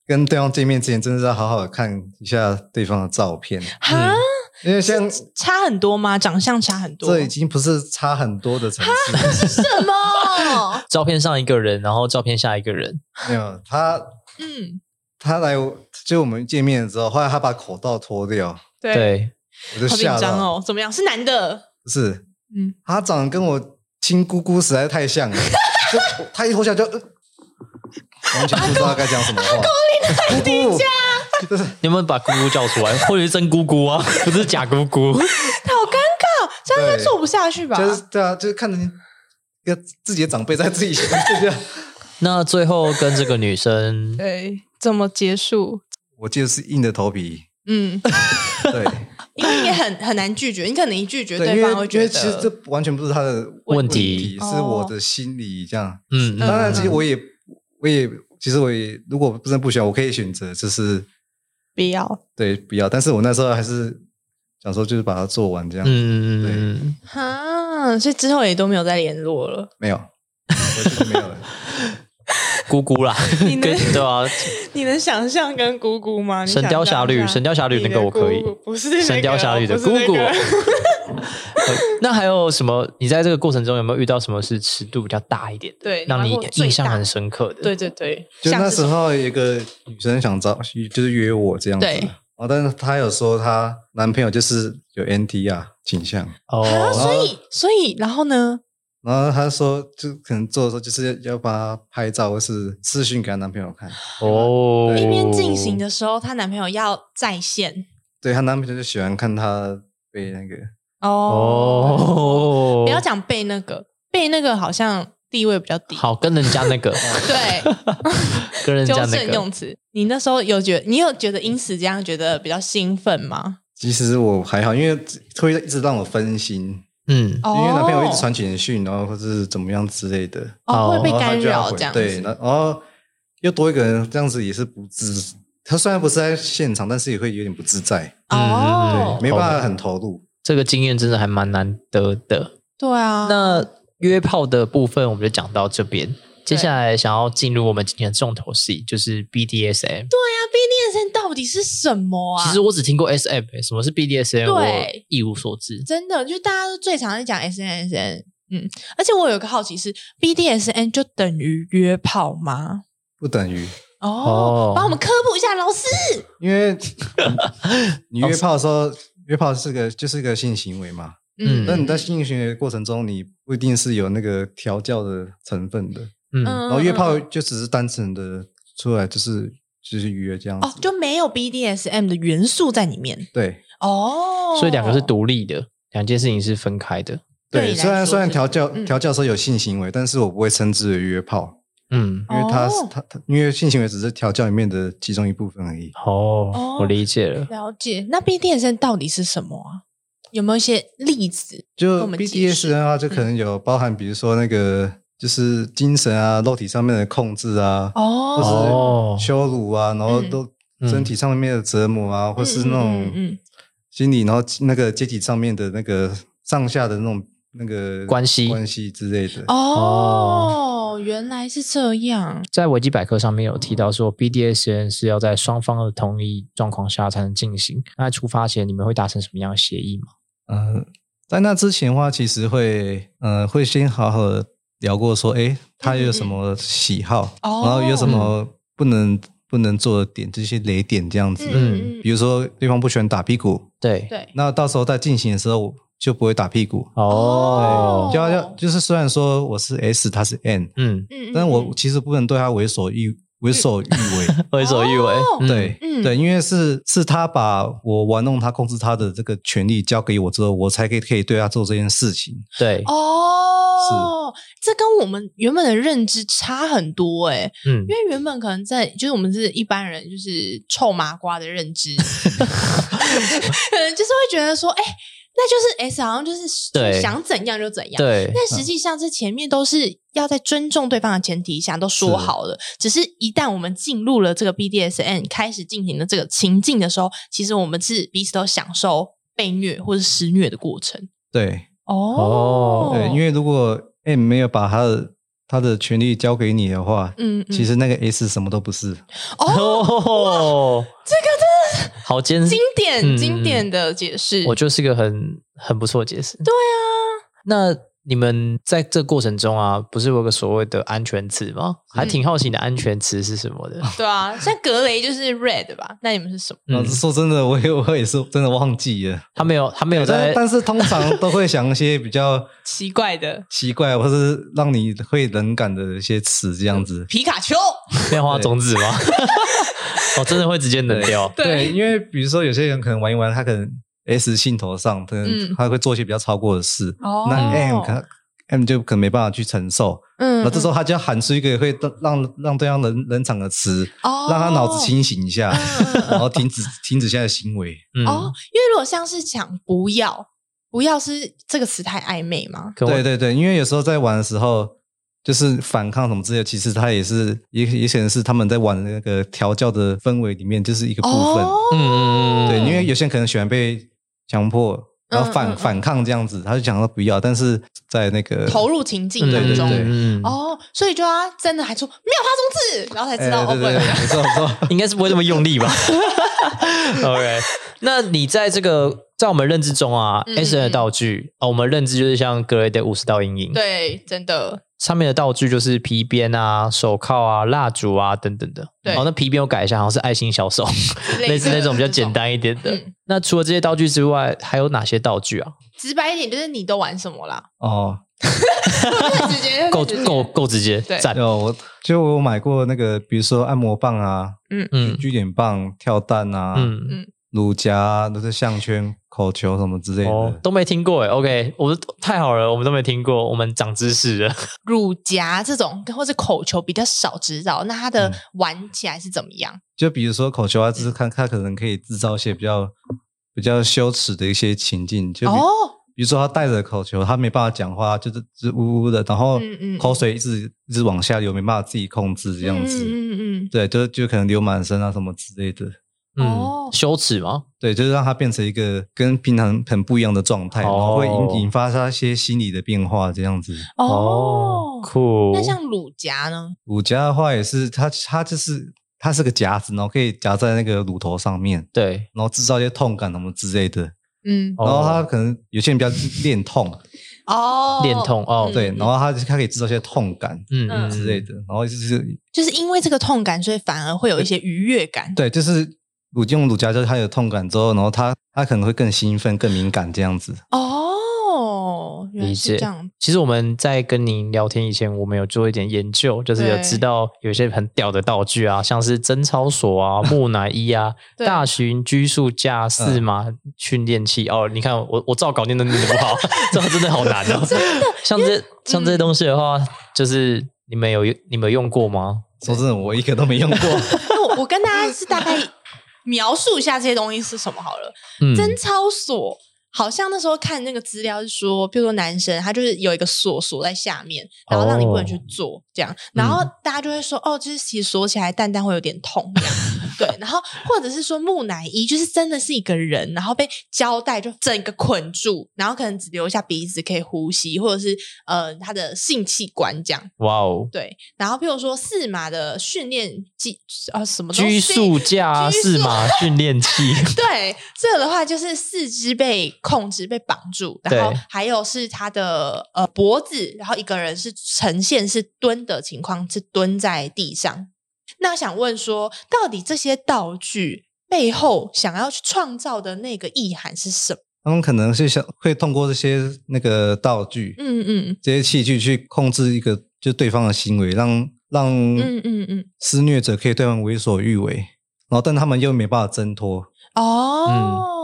Speaker 4: 跟对方见面之前，真的是要好好地看一下对方的照片，嗯
Speaker 1: 哈，
Speaker 4: 因为像
Speaker 1: 差很多吗？长相差很多？
Speaker 4: 这已经不是差很多的层次，
Speaker 1: 什么？
Speaker 3: 照片上一个人，然后照片下一个人，
Speaker 4: 没有他
Speaker 1: 嗯，
Speaker 4: 他来我就我们见面之后，后来他把口罩脱掉，
Speaker 1: 对，
Speaker 3: 对，
Speaker 4: 我就
Speaker 1: 好紧
Speaker 4: 吓
Speaker 1: 张
Speaker 4: 到，
Speaker 1: 哦。怎么样？是男的？
Speaker 4: 不是
Speaker 1: 嗯，
Speaker 4: 他长得跟我亲姑姑实在 太像了，就他一脱下就、呃完全不知道该讲什么话。姑姑，就是
Speaker 3: 你有没有把姑姑叫出来？或者是真姑姑啊， 不是假姑姑。
Speaker 1: 好尴尬，这样应该
Speaker 4: 对
Speaker 1: 做不下去吧？
Speaker 4: 就是对啊，就是看着你一个自己的长辈在自己身上。
Speaker 3: 那最后跟这个女生，
Speaker 1: 对，怎么结束？
Speaker 4: 我记得是硬着头皮，
Speaker 1: 嗯，
Speaker 4: 对
Speaker 1: 因为也很很难拒绝，你可能一拒绝
Speaker 4: 对，因为
Speaker 1: 方会
Speaker 4: 因
Speaker 1: 觉
Speaker 4: 为
Speaker 1: 得，哦
Speaker 4: 其实这完全不是他的
Speaker 3: 问
Speaker 4: 题，
Speaker 3: 题
Speaker 4: 是我的心理这样。
Speaker 3: 嗯，
Speaker 1: 呃
Speaker 4: 当然，
Speaker 3: 嗯
Speaker 4: 其实我也我也其实我也如果真的不喜欢，我可以选择就是
Speaker 1: 不要
Speaker 4: 对不要，但是我那时候还是想说就是把它做完这样，
Speaker 3: 嗯嗯嗯嗯，
Speaker 1: 哈，所以之后也都没有再联络了。
Speaker 4: 没有，我觉得没 有了。
Speaker 3: 姑姑啦，
Speaker 1: 你
Speaker 3: 跟
Speaker 1: 呢
Speaker 3: 对啊，
Speaker 1: 你能想象跟姑姑吗？你想
Speaker 3: 神雕侠侣
Speaker 1: 象一下
Speaker 3: 神雕侠侣那个我可以
Speaker 1: 你的姑姑不是那个
Speaker 3: 神雕侠侣的姑
Speaker 1: 不
Speaker 3: 姑
Speaker 1: 是那个
Speaker 3: 那还有什么？你在这个过程中有没有遇到什么是尺度比较大一点的，
Speaker 1: 对
Speaker 3: 让
Speaker 1: 你
Speaker 3: 你
Speaker 1: 玩过最
Speaker 3: 印象
Speaker 1: 大
Speaker 3: 很深刻的？
Speaker 1: 对对对，
Speaker 4: 就
Speaker 1: 像
Speaker 4: 那
Speaker 1: 是
Speaker 4: 时候有一个女生想找，就是约我这样子。
Speaker 1: 对
Speaker 4: 哦，但是她有说她男朋友就是有 NTR 倾向，
Speaker 1: 啊，
Speaker 3: 哦，
Speaker 1: 所以所以然后呢？
Speaker 4: 然后她说就可能做的时候就是要帮她拍照或是视讯给她男朋友看，
Speaker 3: 哦，
Speaker 1: 一边进行的时候，她男朋友要在线
Speaker 4: 对她男朋友就喜欢看她被那个，
Speaker 3: 哦，
Speaker 1: 不要讲背那个，背那个好像地位比较低。
Speaker 3: 好跟人家那个，
Speaker 1: 对，
Speaker 3: 跟人
Speaker 1: 纠
Speaker 3: 家那
Speaker 1: 正
Speaker 3: 个
Speaker 1: 用词。你那时候有觉你有觉得因此这样觉得比较兴奋吗？
Speaker 4: 其实我还好，因为会一直让我分心，
Speaker 3: 嗯，
Speaker 1: 哦
Speaker 4: 因为男朋友一直传简讯，然后或是怎么样之类的，
Speaker 1: 哦，会
Speaker 3: 哦
Speaker 1: 被
Speaker 4: 然后她
Speaker 1: 干
Speaker 4: 就要
Speaker 1: 扰
Speaker 4: 回
Speaker 1: 这样
Speaker 4: 对，
Speaker 1: 子。
Speaker 4: 然后又多一个人这样子也是不自，她虽然不是在现场，但是也会有点不自在。
Speaker 1: 哦
Speaker 4: 没办法很投入。
Speaker 3: 这个经验真的还蛮难得的。
Speaker 1: 对啊，
Speaker 3: 那约炮的部分我们就讲到这边，接
Speaker 1: 对
Speaker 3: 下来想要进入我们今天的重头戏，
Speaker 1: 嗯
Speaker 3: 就是 BDSM。
Speaker 1: BDSM 到底是什么啊？
Speaker 3: 其实我只听过 SM，、欸、什么是 BDSM，我
Speaker 1: 对
Speaker 3: 一无所知。
Speaker 1: 真的，就大家都最常在讲 S N S N，嗯，而且我有个好奇是，B D S N 就等于约炮吗？
Speaker 4: 不等于，
Speaker 1: 哦，
Speaker 3: 哦
Speaker 1: 帮我们科普一下，老师。
Speaker 4: 因为你 约炮的时候，约炮是个就是一个性行为嘛。
Speaker 1: 嗯
Speaker 3: 嗯
Speaker 4: 那你在性行为的过程中，你不一定是有那个调教的成分的，
Speaker 1: 嗯，
Speaker 3: 嗯，
Speaker 4: 然后约炮
Speaker 1: 嗯
Speaker 4: 就只是单纯的出来就是就是约这样子。
Speaker 1: 哦，就没有 BDSM 的元素在里面
Speaker 4: 对
Speaker 1: 哦，
Speaker 3: 所以两个是独立的，两件事情是分开的。
Speaker 1: 对你来
Speaker 4: 虽然
Speaker 1: 说
Speaker 4: 虽然
Speaker 1: 是
Speaker 4: 调教
Speaker 1: 嗯
Speaker 4: 调教的时候有性行为，但是我不会称之为约炮，
Speaker 3: 嗯，
Speaker 4: 因为它是
Speaker 1: 哦
Speaker 4: 它它因为性行为只是调教里面的其中一部分而已。
Speaker 3: 哦，
Speaker 1: 哦
Speaker 3: 我理解了。
Speaker 1: 了解。那 BDSM 到底是什么啊？有没有一些例子？跟
Speaker 4: 就
Speaker 1: 我们解
Speaker 4: BDS
Speaker 1: 释嗯
Speaker 4: 的话，就可能有包含，比如说那个就是精神啊、肉体上面的控制啊，或
Speaker 1: 哦，
Speaker 3: 哦
Speaker 4: 是羞辱啊，然后
Speaker 1: 嗯
Speaker 4: 都
Speaker 3: 嗯
Speaker 4: 身体上面的折磨啊，或是那
Speaker 1: 嗯嗯嗯嗯
Speaker 4: 种心理，然后那个阶级上面的那个上下的那种那个
Speaker 3: 关系
Speaker 4: 关系之类的。
Speaker 1: 哦，原来是这样。
Speaker 3: 在维基百科上面有提到说，BDSN 是要在双方的同意状况下才能进行。那在出发前，你们会达成什么样的协议吗？
Speaker 4: 嗯，在那之前的话，其实会呃会先好好地聊过说，诶，他有什么喜好，
Speaker 1: 嗯嗯
Speaker 4: 然后有什
Speaker 1: 嗯哦
Speaker 4: 么不能不能做的点，这些雷点这样子。
Speaker 1: 嗯，嗯
Speaker 4: 比如说对方不喜欢打屁股，
Speaker 3: 对，
Speaker 1: 对，
Speaker 4: 那到时候在进行的时候我就不会打屁股。
Speaker 1: 哦
Speaker 3: 哦，
Speaker 4: 就要要就是虽然说我是 S，他是 N，
Speaker 3: 嗯，
Speaker 1: 嗯，嗯
Speaker 4: 但
Speaker 1: 嗯
Speaker 4: 我其实不能对他为所 欲为所欲为。
Speaker 3: 为所欲为
Speaker 1: 哦，
Speaker 3: 嗯
Speaker 4: 对，
Speaker 1: 嗯
Speaker 4: 对，因为是是他把我玩弄他、控制他的这个权利交给我之后，我才可以可以对他做这件事情。
Speaker 3: 对，
Speaker 1: 哦，这跟我们原本的认知差很多哎、
Speaker 3: 嗯
Speaker 1: 因，为原本可能在就是我们是一般人就是臭麻瓜的认知，可能就是会觉得说，哎、那就是 S 好像就是
Speaker 3: 对
Speaker 1: 想怎样就怎样。
Speaker 3: 对，
Speaker 1: 但实际上，这前面都是要在尊重对方的前提下都说好了。只是一旦我们进入了这个 BDSN 开始进行的这个情境的时候，其实我们是彼此都享受被虐或者施虐的过程。
Speaker 4: 对
Speaker 1: 哦，
Speaker 4: 对，因为如果 N 没有把他的他的权利交给你的话，
Speaker 1: 嗯，嗯
Speaker 4: 其实那个 S 什么都不是。
Speaker 1: 哦，
Speaker 3: 哦，这个真的好坚，
Speaker 1: 经典
Speaker 3: 嗯
Speaker 1: 经典的解释，
Speaker 3: 我就是一个很很不错的解释。对
Speaker 1: 啊，
Speaker 3: 那你们在这过程中啊，不是有个所谓的安全词吗？
Speaker 1: 嗯
Speaker 3: 还挺好奇你的安全词是什么 的。
Speaker 1: 对啊，像格雷就是 red 吧？那你哦们是什么？
Speaker 4: 老
Speaker 3: 嗯
Speaker 4: 实，说，真的，我也 我也是真的忘记了。
Speaker 3: 他没有，他没有
Speaker 4: 但
Speaker 3: 在，
Speaker 4: 但是通常都会想一些比较
Speaker 1: 奇怪的
Speaker 4: 奇怪或是让你会冷感的一些词这 样子。
Speaker 1: 皮卡丘，
Speaker 3: 变化种子吗？ 我真的会直接冷掉。
Speaker 1: 对
Speaker 4: 因为比如说有些人可能玩一玩，他可能 S 兴头上，可
Speaker 1: 嗯
Speaker 4: 能他会做一些比较超过的事，
Speaker 1: 哦
Speaker 4: 那 M 可 M 就可能没办法去承受，
Speaker 1: 嗯
Speaker 4: 那这时候他就要喊出一个会让让让对方冷冷场的词，
Speaker 1: 哦
Speaker 4: 让他脑子清醒一下，
Speaker 1: 嗯嗯
Speaker 4: 然后停止停止现在的行为。
Speaker 3: 嗯，
Speaker 1: 哦，因为如果像是讲不要，不要是这个词太暧昧嘛，
Speaker 3: 跟我
Speaker 4: 对对对，因为有时候在玩的时候。就是反抗什么之类的，其实他也是，也也显然是他们在玩的那个调教的氛围里面，就是一个部分。
Speaker 1: 哦
Speaker 3: 嗯嗯嗯，
Speaker 4: 对，因为有些人可能喜欢被强迫，然后
Speaker 1: 嗯
Speaker 4: 反、
Speaker 1: 嗯嗯
Speaker 4: 反抗这样子，他就讲说不要，但是在那个
Speaker 1: 投入情境
Speaker 3: 嗯
Speaker 1: 当中。
Speaker 4: 对对对
Speaker 3: 嗯，
Speaker 1: 哦，所以就要真的还说没有花中字，然后才
Speaker 4: 哎，
Speaker 1: 知道、
Speaker 4: 对对对，
Speaker 1: 哦，不
Speaker 4: 没错没 错，
Speaker 3: 应该是不会这么用力吧？OK，那你在这个在我们认知中啊
Speaker 1: 嗯
Speaker 3: ，S N 的
Speaker 1: 嗯
Speaker 3: 道具啊，我们认知就是像格雷的五十道阴影，
Speaker 1: 对，真的
Speaker 3: 上面的道具就是皮鞭啊、手铐啊、蜡烛啊等等的。
Speaker 1: 对
Speaker 3: 哦，那皮鞭我改一下，好像是爱心 小手，类似那种比较简。
Speaker 1: 的
Speaker 3: 单一点的
Speaker 1: 嗯。
Speaker 3: 那除了这些道具之啊外，还有哪些道具啊？
Speaker 1: 直白一点，就是你都玩什么 啦？
Speaker 4: 哦，
Speaker 1: 太直接，
Speaker 3: 够
Speaker 1: 太直接
Speaker 3: 够，够直接，
Speaker 1: 对
Speaker 3: 赞。
Speaker 4: 有我就我有买过那个，比如说按摩棒啊、
Speaker 3: 嗯
Speaker 4: 聚点棒、跳蛋啊、
Speaker 3: 嗯，
Speaker 4: 乳夹啊，都是项圈、口球什么之类的。
Speaker 3: 哦，都没听过哎。OK，我们太好了，我们都没听过，我们长知识了。
Speaker 1: 乳夹这种或是口球比较少知道，那它的
Speaker 4: 嗯
Speaker 1: 玩起来是怎么样？
Speaker 4: 就比如说
Speaker 1: 嗯
Speaker 4: 口球啊，就是看它可能可以制造一些比较比较羞耻的一些情境，就比
Speaker 1: 哦，
Speaker 4: 比如说他戴着口球，他没办法讲话，就是支吾吾的，然后
Speaker 1: 嗯嗯嗯
Speaker 4: 口水一直一直往下流，没办法自己控制这样子。
Speaker 1: 嗯嗯嗯嗯，
Speaker 4: 对，就就可能流满身啊什么之类的。
Speaker 1: 哦
Speaker 3: 嗯羞耻吗？
Speaker 4: 对，就是让它变成一个跟平常很不一样的状态，
Speaker 3: 哦
Speaker 4: 然后会引引发它一些心理的变化，这样子。
Speaker 1: 嗯哦，
Speaker 3: 酷。
Speaker 1: 那像乳夹呢？
Speaker 4: 乳夹的话也是，它它就是它是个夹子，然后可以夹在那个乳头上面，
Speaker 3: 对，
Speaker 4: 然后制造一些痛感什么之类的。
Speaker 1: 嗯，
Speaker 3: 哦
Speaker 4: 然后它可能有些人比较恋痛，
Speaker 1: 哦，
Speaker 3: 恋痛哦，
Speaker 1: 嗯
Speaker 4: 对，然后它它可以制造一些痛感
Speaker 3: 嗯
Speaker 1: 嗯
Speaker 4: 之类，的，然后就是
Speaker 1: 就是因为这个痛感，所以反而会有一些愉悦感。
Speaker 4: 对，就是乳用乳夹就是它有痛感之后，然后它它可能会更兴奋、更敏感这样子。
Speaker 1: 哦，原来
Speaker 3: 理
Speaker 1: 是
Speaker 3: 解
Speaker 1: 这样。。
Speaker 3: 其实我们在跟您聊天以前，我们有做一点研究，就是有
Speaker 1: 对
Speaker 3: 知道有一些很屌的道具啊，像是贞操 锁啊、木乃伊啊、
Speaker 1: 对嗯
Speaker 3: 大型拘束架、四马训练器。哦，你看我我照稿念的念的不 好，这真的好难哦。像这像
Speaker 1: 嗯
Speaker 3: 这些东西的话，就是你们有你们有用过吗？
Speaker 4: 说真的，我一个都没用过。
Speaker 1: 那我我跟大家是大概描述一下这些东西是什么好了。
Speaker 3: 嗯，
Speaker 1: 贞操锁好像那时候看那个资料是说，比如说男生他就是有一个锁锁在下面，
Speaker 3: 哦
Speaker 1: 然后让你不能去做这
Speaker 3: 嗯
Speaker 1: 样，然后大家就会说、哦，就是其实锁起来蛋蛋会有点痛这样。 对，然后或者是说木乃伊，就是真的是一个人，然后被胶带就整个捆住，然后可能只留下鼻子可以呼吸，或者是呃他的性器官这样。
Speaker 3: 哇哦，
Speaker 1: 对，然后譬如说四马的训练技啊什么东
Speaker 3: 拘
Speaker 1: 西
Speaker 3: 束架啊、
Speaker 1: 拘束
Speaker 3: 四马训练器。
Speaker 1: 对，这个的话就是四肢被控制、被绑住，然后
Speaker 3: 对
Speaker 1: 还有是他的呃脖子，然后一个人是呈现是蹲的情况，是蹲在地上。那想问说，到底这些道具背后想要去创造的那个意涵是什么？
Speaker 4: 他们可能是想会通过这些那个道具、
Speaker 1: 嗯嗯
Speaker 4: 这些器具去控制一个就对方的行为，让让
Speaker 1: 嗯嗯嗯，
Speaker 4: 施虐者可以对他们为所欲为，然后但他们又没办法挣脱。
Speaker 1: 哦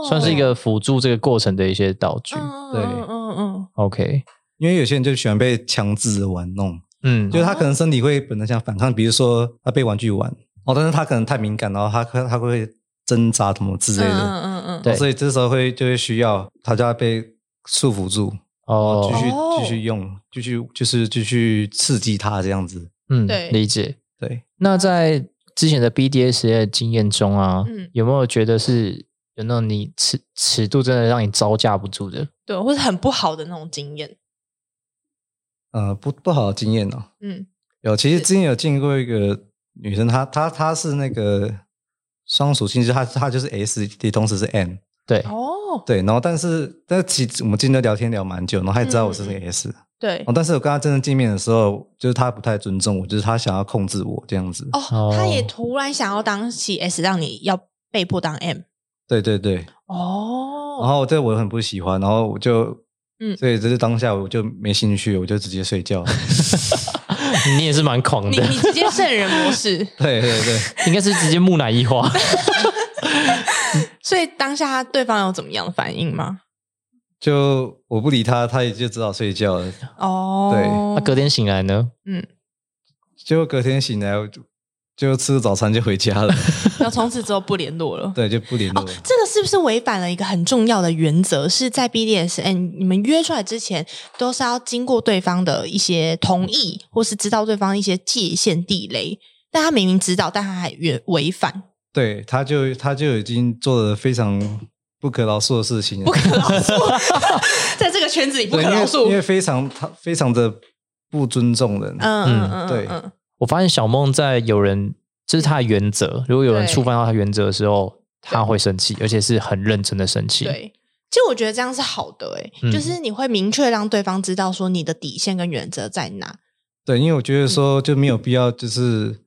Speaker 3: 嗯，，算是一个辅助这个过程的一些道具。
Speaker 1: 嗯，
Speaker 4: 对
Speaker 1: 嗯嗯嗯
Speaker 3: OK，
Speaker 4: 因为有些人就喜欢被强制地玩弄，
Speaker 1: 哦
Speaker 3: 嗯，
Speaker 4: 就是他可能身体会本能想反抗，比如说他被玩具玩，哦，但是他可能太敏感，然后他他他会挣扎什么之
Speaker 1: 嗯
Speaker 4: 类的，
Speaker 1: 嗯嗯嗯，
Speaker 3: 对
Speaker 4: 哦所以这时候会就会需要他就要被束缚住，
Speaker 3: 哦，
Speaker 4: 继续
Speaker 1: 哦
Speaker 4: 继续用，继续就是继续刺激他这样子，
Speaker 3: 嗯，
Speaker 1: 对
Speaker 3: 理解。
Speaker 4: 对。
Speaker 3: 那在之前的 BDS 实验经验中啊，
Speaker 1: 嗯
Speaker 3: 有没有觉得是有那种你尺尺度真的让你招架不住的？
Speaker 1: 对，或者很不好的那种经验，
Speaker 4: 呃，不不好的经验哦。
Speaker 1: 嗯，
Speaker 4: 有，其实之前有见过一个女生，她她她是那个双属性，就是她她就是 S，也同时是 N，
Speaker 3: 对，
Speaker 1: 哦，
Speaker 4: 对。然后但是但其实我们今天聊天聊蛮久，然后她也知道我是
Speaker 1: 嗯
Speaker 4: 那个 S，、
Speaker 1: 对，
Speaker 4: 哦，但是我跟她真正见面的时候，就是她不太尊重我，就是她想要控制我这样子。
Speaker 1: 哦，他也
Speaker 3: 哦
Speaker 1: 突然想要当起 S，让你要被迫当 M。
Speaker 4: 对对对，然
Speaker 1: 哦，
Speaker 4: 后这我很不喜欢，然后我就。
Speaker 1: 嗯
Speaker 4: 所以这是当下我就没兴趣，我就直接睡觉。
Speaker 3: 你也是蛮狂
Speaker 1: 你
Speaker 3: 的，
Speaker 1: 你直接圣人模式，
Speaker 4: 对对对，
Speaker 3: 应该是直接木乃伊化。
Speaker 1: 哦所以当下他对方有怎么样的反应吗？
Speaker 4: 就我不理她，她也就只好睡觉了。
Speaker 1: 哦
Speaker 3: 那，隔天醒来呢？
Speaker 4: 结果隔天醒来，我就就吃个早餐就回家了。
Speaker 1: 然后从此之后不联络了。
Speaker 4: 对，就不联络
Speaker 1: 哦
Speaker 4: 了。，
Speaker 1: 这个是不是违反了一个很重要的原则？是在 BDSN 哎你们约出来之前，都是要经过对方的一些同意，或是知道对方一些界限地雷。但他明明知道，但他还违违反，
Speaker 4: 对，他就他就已经做了非常不可饶恕的事情了，不可
Speaker 1: 在这个圈子里不可
Speaker 4: 因
Speaker 1: 饶恕
Speaker 4: 为因。为非常他非常的不尊重人。
Speaker 1: 嗯嗯嗯，
Speaker 4: 对
Speaker 1: 嗯
Speaker 3: 我发现小梦在有人，这是他的原则。如果有人
Speaker 1: 对
Speaker 3: 触犯到他原则的时候，他会生气，而且是很认真的生气。，
Speaker 1: 对，其实我觉得这样是好的、欸，
Speaker 3: 嗯
Speaker 1: 就是你会明确让对方知道说你的底线跟原则在哪。
Speaker 4: 对，因为我觉
Speaker 1: 嗯
Speaker 4: 得说就没有必要，就是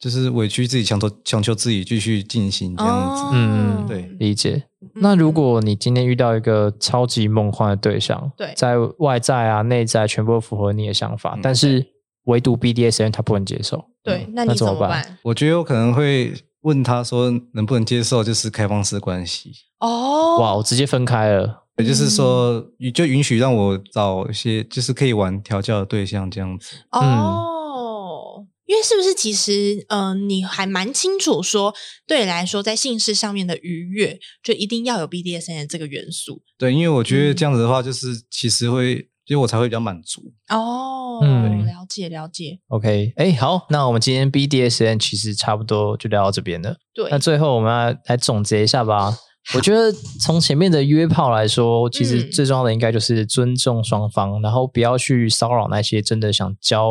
Speaker 4: 就是委屈自己，强求强求自己继续进行这样
Speaker 1: 哦
Speaker 4: 子。
Speaker 3: 嗯
Speaker 4: 对
Speaker 3: 理解。
Speaker 1: 嗯
Speaker 3: 那如果你今天遇到一个超级梦幻的对象，
Speaker 1: 对
Speaker 3: 在外在啊、内在全部都符合你的想法，
Speaker 4: 嗯
Speaker 3: 但是唯独 BDSM 他不能接受，
Speaker 1: 对
Speaker 3: 嗯，
Speaker 1: 那你
Speaker 3: 怎
Speaker 1: 怎
Speaker 3: 么
Speaker 1: 么？办？
Speaker 4: 我觉得我可能会问他说能不能接受就是开放式关系，
Speaker 1: 哦，
Speaker 3: 哇，我直接分开了，
Speaker 4: 也就是说就允许让我找一些就是可以玩调教的对象这样子。
Speaker 3: 嗯
Speaker 1: 哦，因为是不是其实，嗯、你还蛮清楚说，对你来说在性事上面的愉悦，就一定要有 BDSM 的这个元素。
Speaker 4: 对，因为我觉得这样子的话，就是其实会所以我才会比较满足。
Speaker 1: 哦，
Speaker 3: 嗯
Speaker 1: 了解了解，
Speaker 3: OK，哎，好，那我们今天 BDSN 其实差不多就聊到这边了。
Speaker 1: 对
Speaker 3: 那，最后我们要来总结一下吧。我觉得从前面的约炮来说，其实
Speaker 1: 嗯
Speaker 3: 最重要的应该就是尊重双方，然后不要去骚扰那些真的想交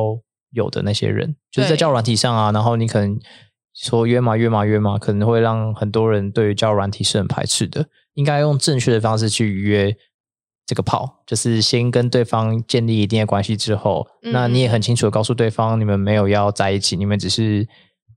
Speaker 3: 友的那些人，就是在
Speaker 1: 对
Speaker 3: 交友软体上啊。然后你可能说约嘛约嘛约嘛，可能会让很多人对于交友软体是很排斥的。应该用正确的方式去约这个炮，就是先跟对方建立一定的关系之后，
Speaker 1: 嗯
Speaker 3: 那你也很清楚的告诉对方，你们没有要在一起，你们只是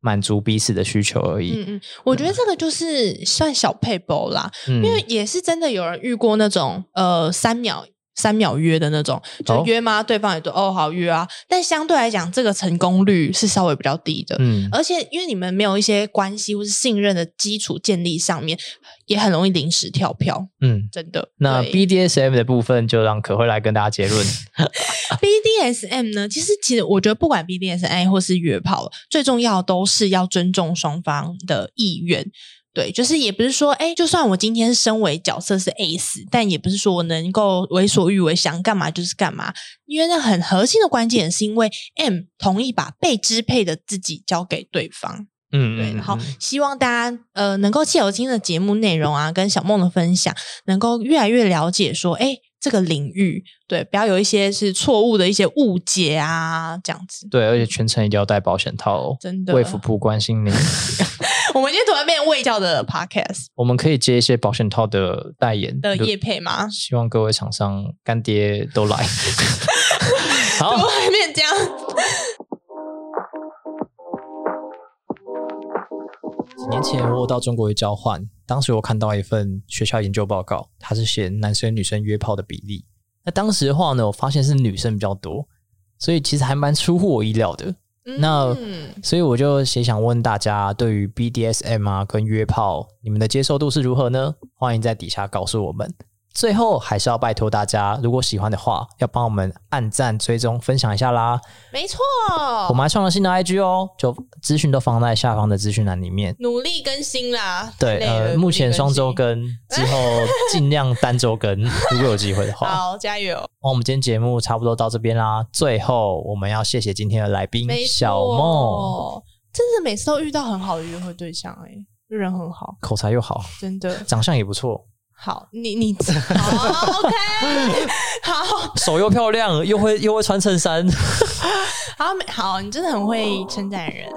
Speaker 3: 满足彼此的需求而已。
Speaker 1: 嗯嗯，我觉得这个就是算小配包啦，
Speaker 3: 嗯
Speaker 1: 因为也是真的有人遇过那种呃三秒三秒约的那种，
Speaker 3: 哦
Speaker 1: 就约吗？对方也说哦好约啊，但相对来讲，这个成功率是稍微比较低的。
Speaker 3: 嗯
Speaker 1: 而且，因为你们没有一些关系或是信任的基础建立，上面也很容易临时跳票，
Speaker 3: 嗯，
Speaker 1: 真的。
Speaker 3: 那
Speaker 1: 对
Speaker 3: BDSM 的部分就让可慧来跟大家结 论。
Speaker 1: BDSM 呢，其实其实我觉得不管 BDSM 或是约炮，最重要都是要尊重双方的意愿。对，就是也不是说，哎，就算我今天身为角色是 ACE，但也不是说我能够为所欲为，想干嘛就是干嘛。因为那很核心的关键是因为 M 同意把被支配的自己交给对方。
Speaker 3: 嗯，
Speaker 1: 对，
Speaker 3: 嗯
Speaker 1: 然后希望大家呃能够借由今天的节目内容啊，跟小梦的分享，能够越来越了解说，哎，这个领域对，不要有一些是错误的一些误解啊，这样子。
Speaker 3: 对，而且全程一定要带保险套哦。
Speaker 1: 真的
Speaker 3: 卫福部关 心您，
Speaker 1: 我们今天突然变卫教的 podcast
Speaker 3: 我们可以接一些保险套的代言
Speaker 1: 的
Speaker 3: 如
Speaker 1: 业配吗？
Speaker 3: 希望各位厂商干爹都来。
Speaker 1: 怎
Speaker 3: 好
Speaker 1: 么，会变这样？
Speaker 3: 几年前我有到中国去交换，当时我看到一份学校研究报告，它是写男生女生约炮的比例。那当时的话呢，我发现是女生比较多，所以其实还蛮出乎我意料的。 那
Speaker 1: 嗯
Speaker 3: 所以我就也想问大家，对于 BDSM 啊跟约炮，你们的接受度是如何呢？欢迎在底下告诉我们。最后还是要拜托大家，如果喜欢的话，要帮我们按赞、追踪、分享一下啦。
Speaker 1: 没错，
Speaker 3: 我们还创了新的 IG 哦，就资讯都放在下方的资讯栏里面。
Speaker 1: 努力更新啦。太
Speaker 3: 对，
Speaker 1: 累了
Speaker 3: 呃，目前双周。
Speaker 1: 努力
Speaker 3: 更，之后尽量单周 更，如果有机会
Speaker 1: 更
Speaker 3: 的
Speaker 1: 新
Speaker 3: 话。哦
Speaker 1: 好，加油！
Speaker 3: 那我们今天节目差不多到这边啦。最后，我们要谢谢今天的来宾
Speaker 1: 没错
Speaker 3: 小梦，，
Speaker 1: 真的每次都遇到很好的约会对象、哎，人很好，
Speaker 3: 口才又好，
Speaker 1: 真的。
Speaker 3: 长相也不错，
Speaker 1: 好，你你好，OK，好
Speaker 3: 手又漂亮，又会又会穿衬衫。
Speaker 1: 好好，你真的很会称赞人，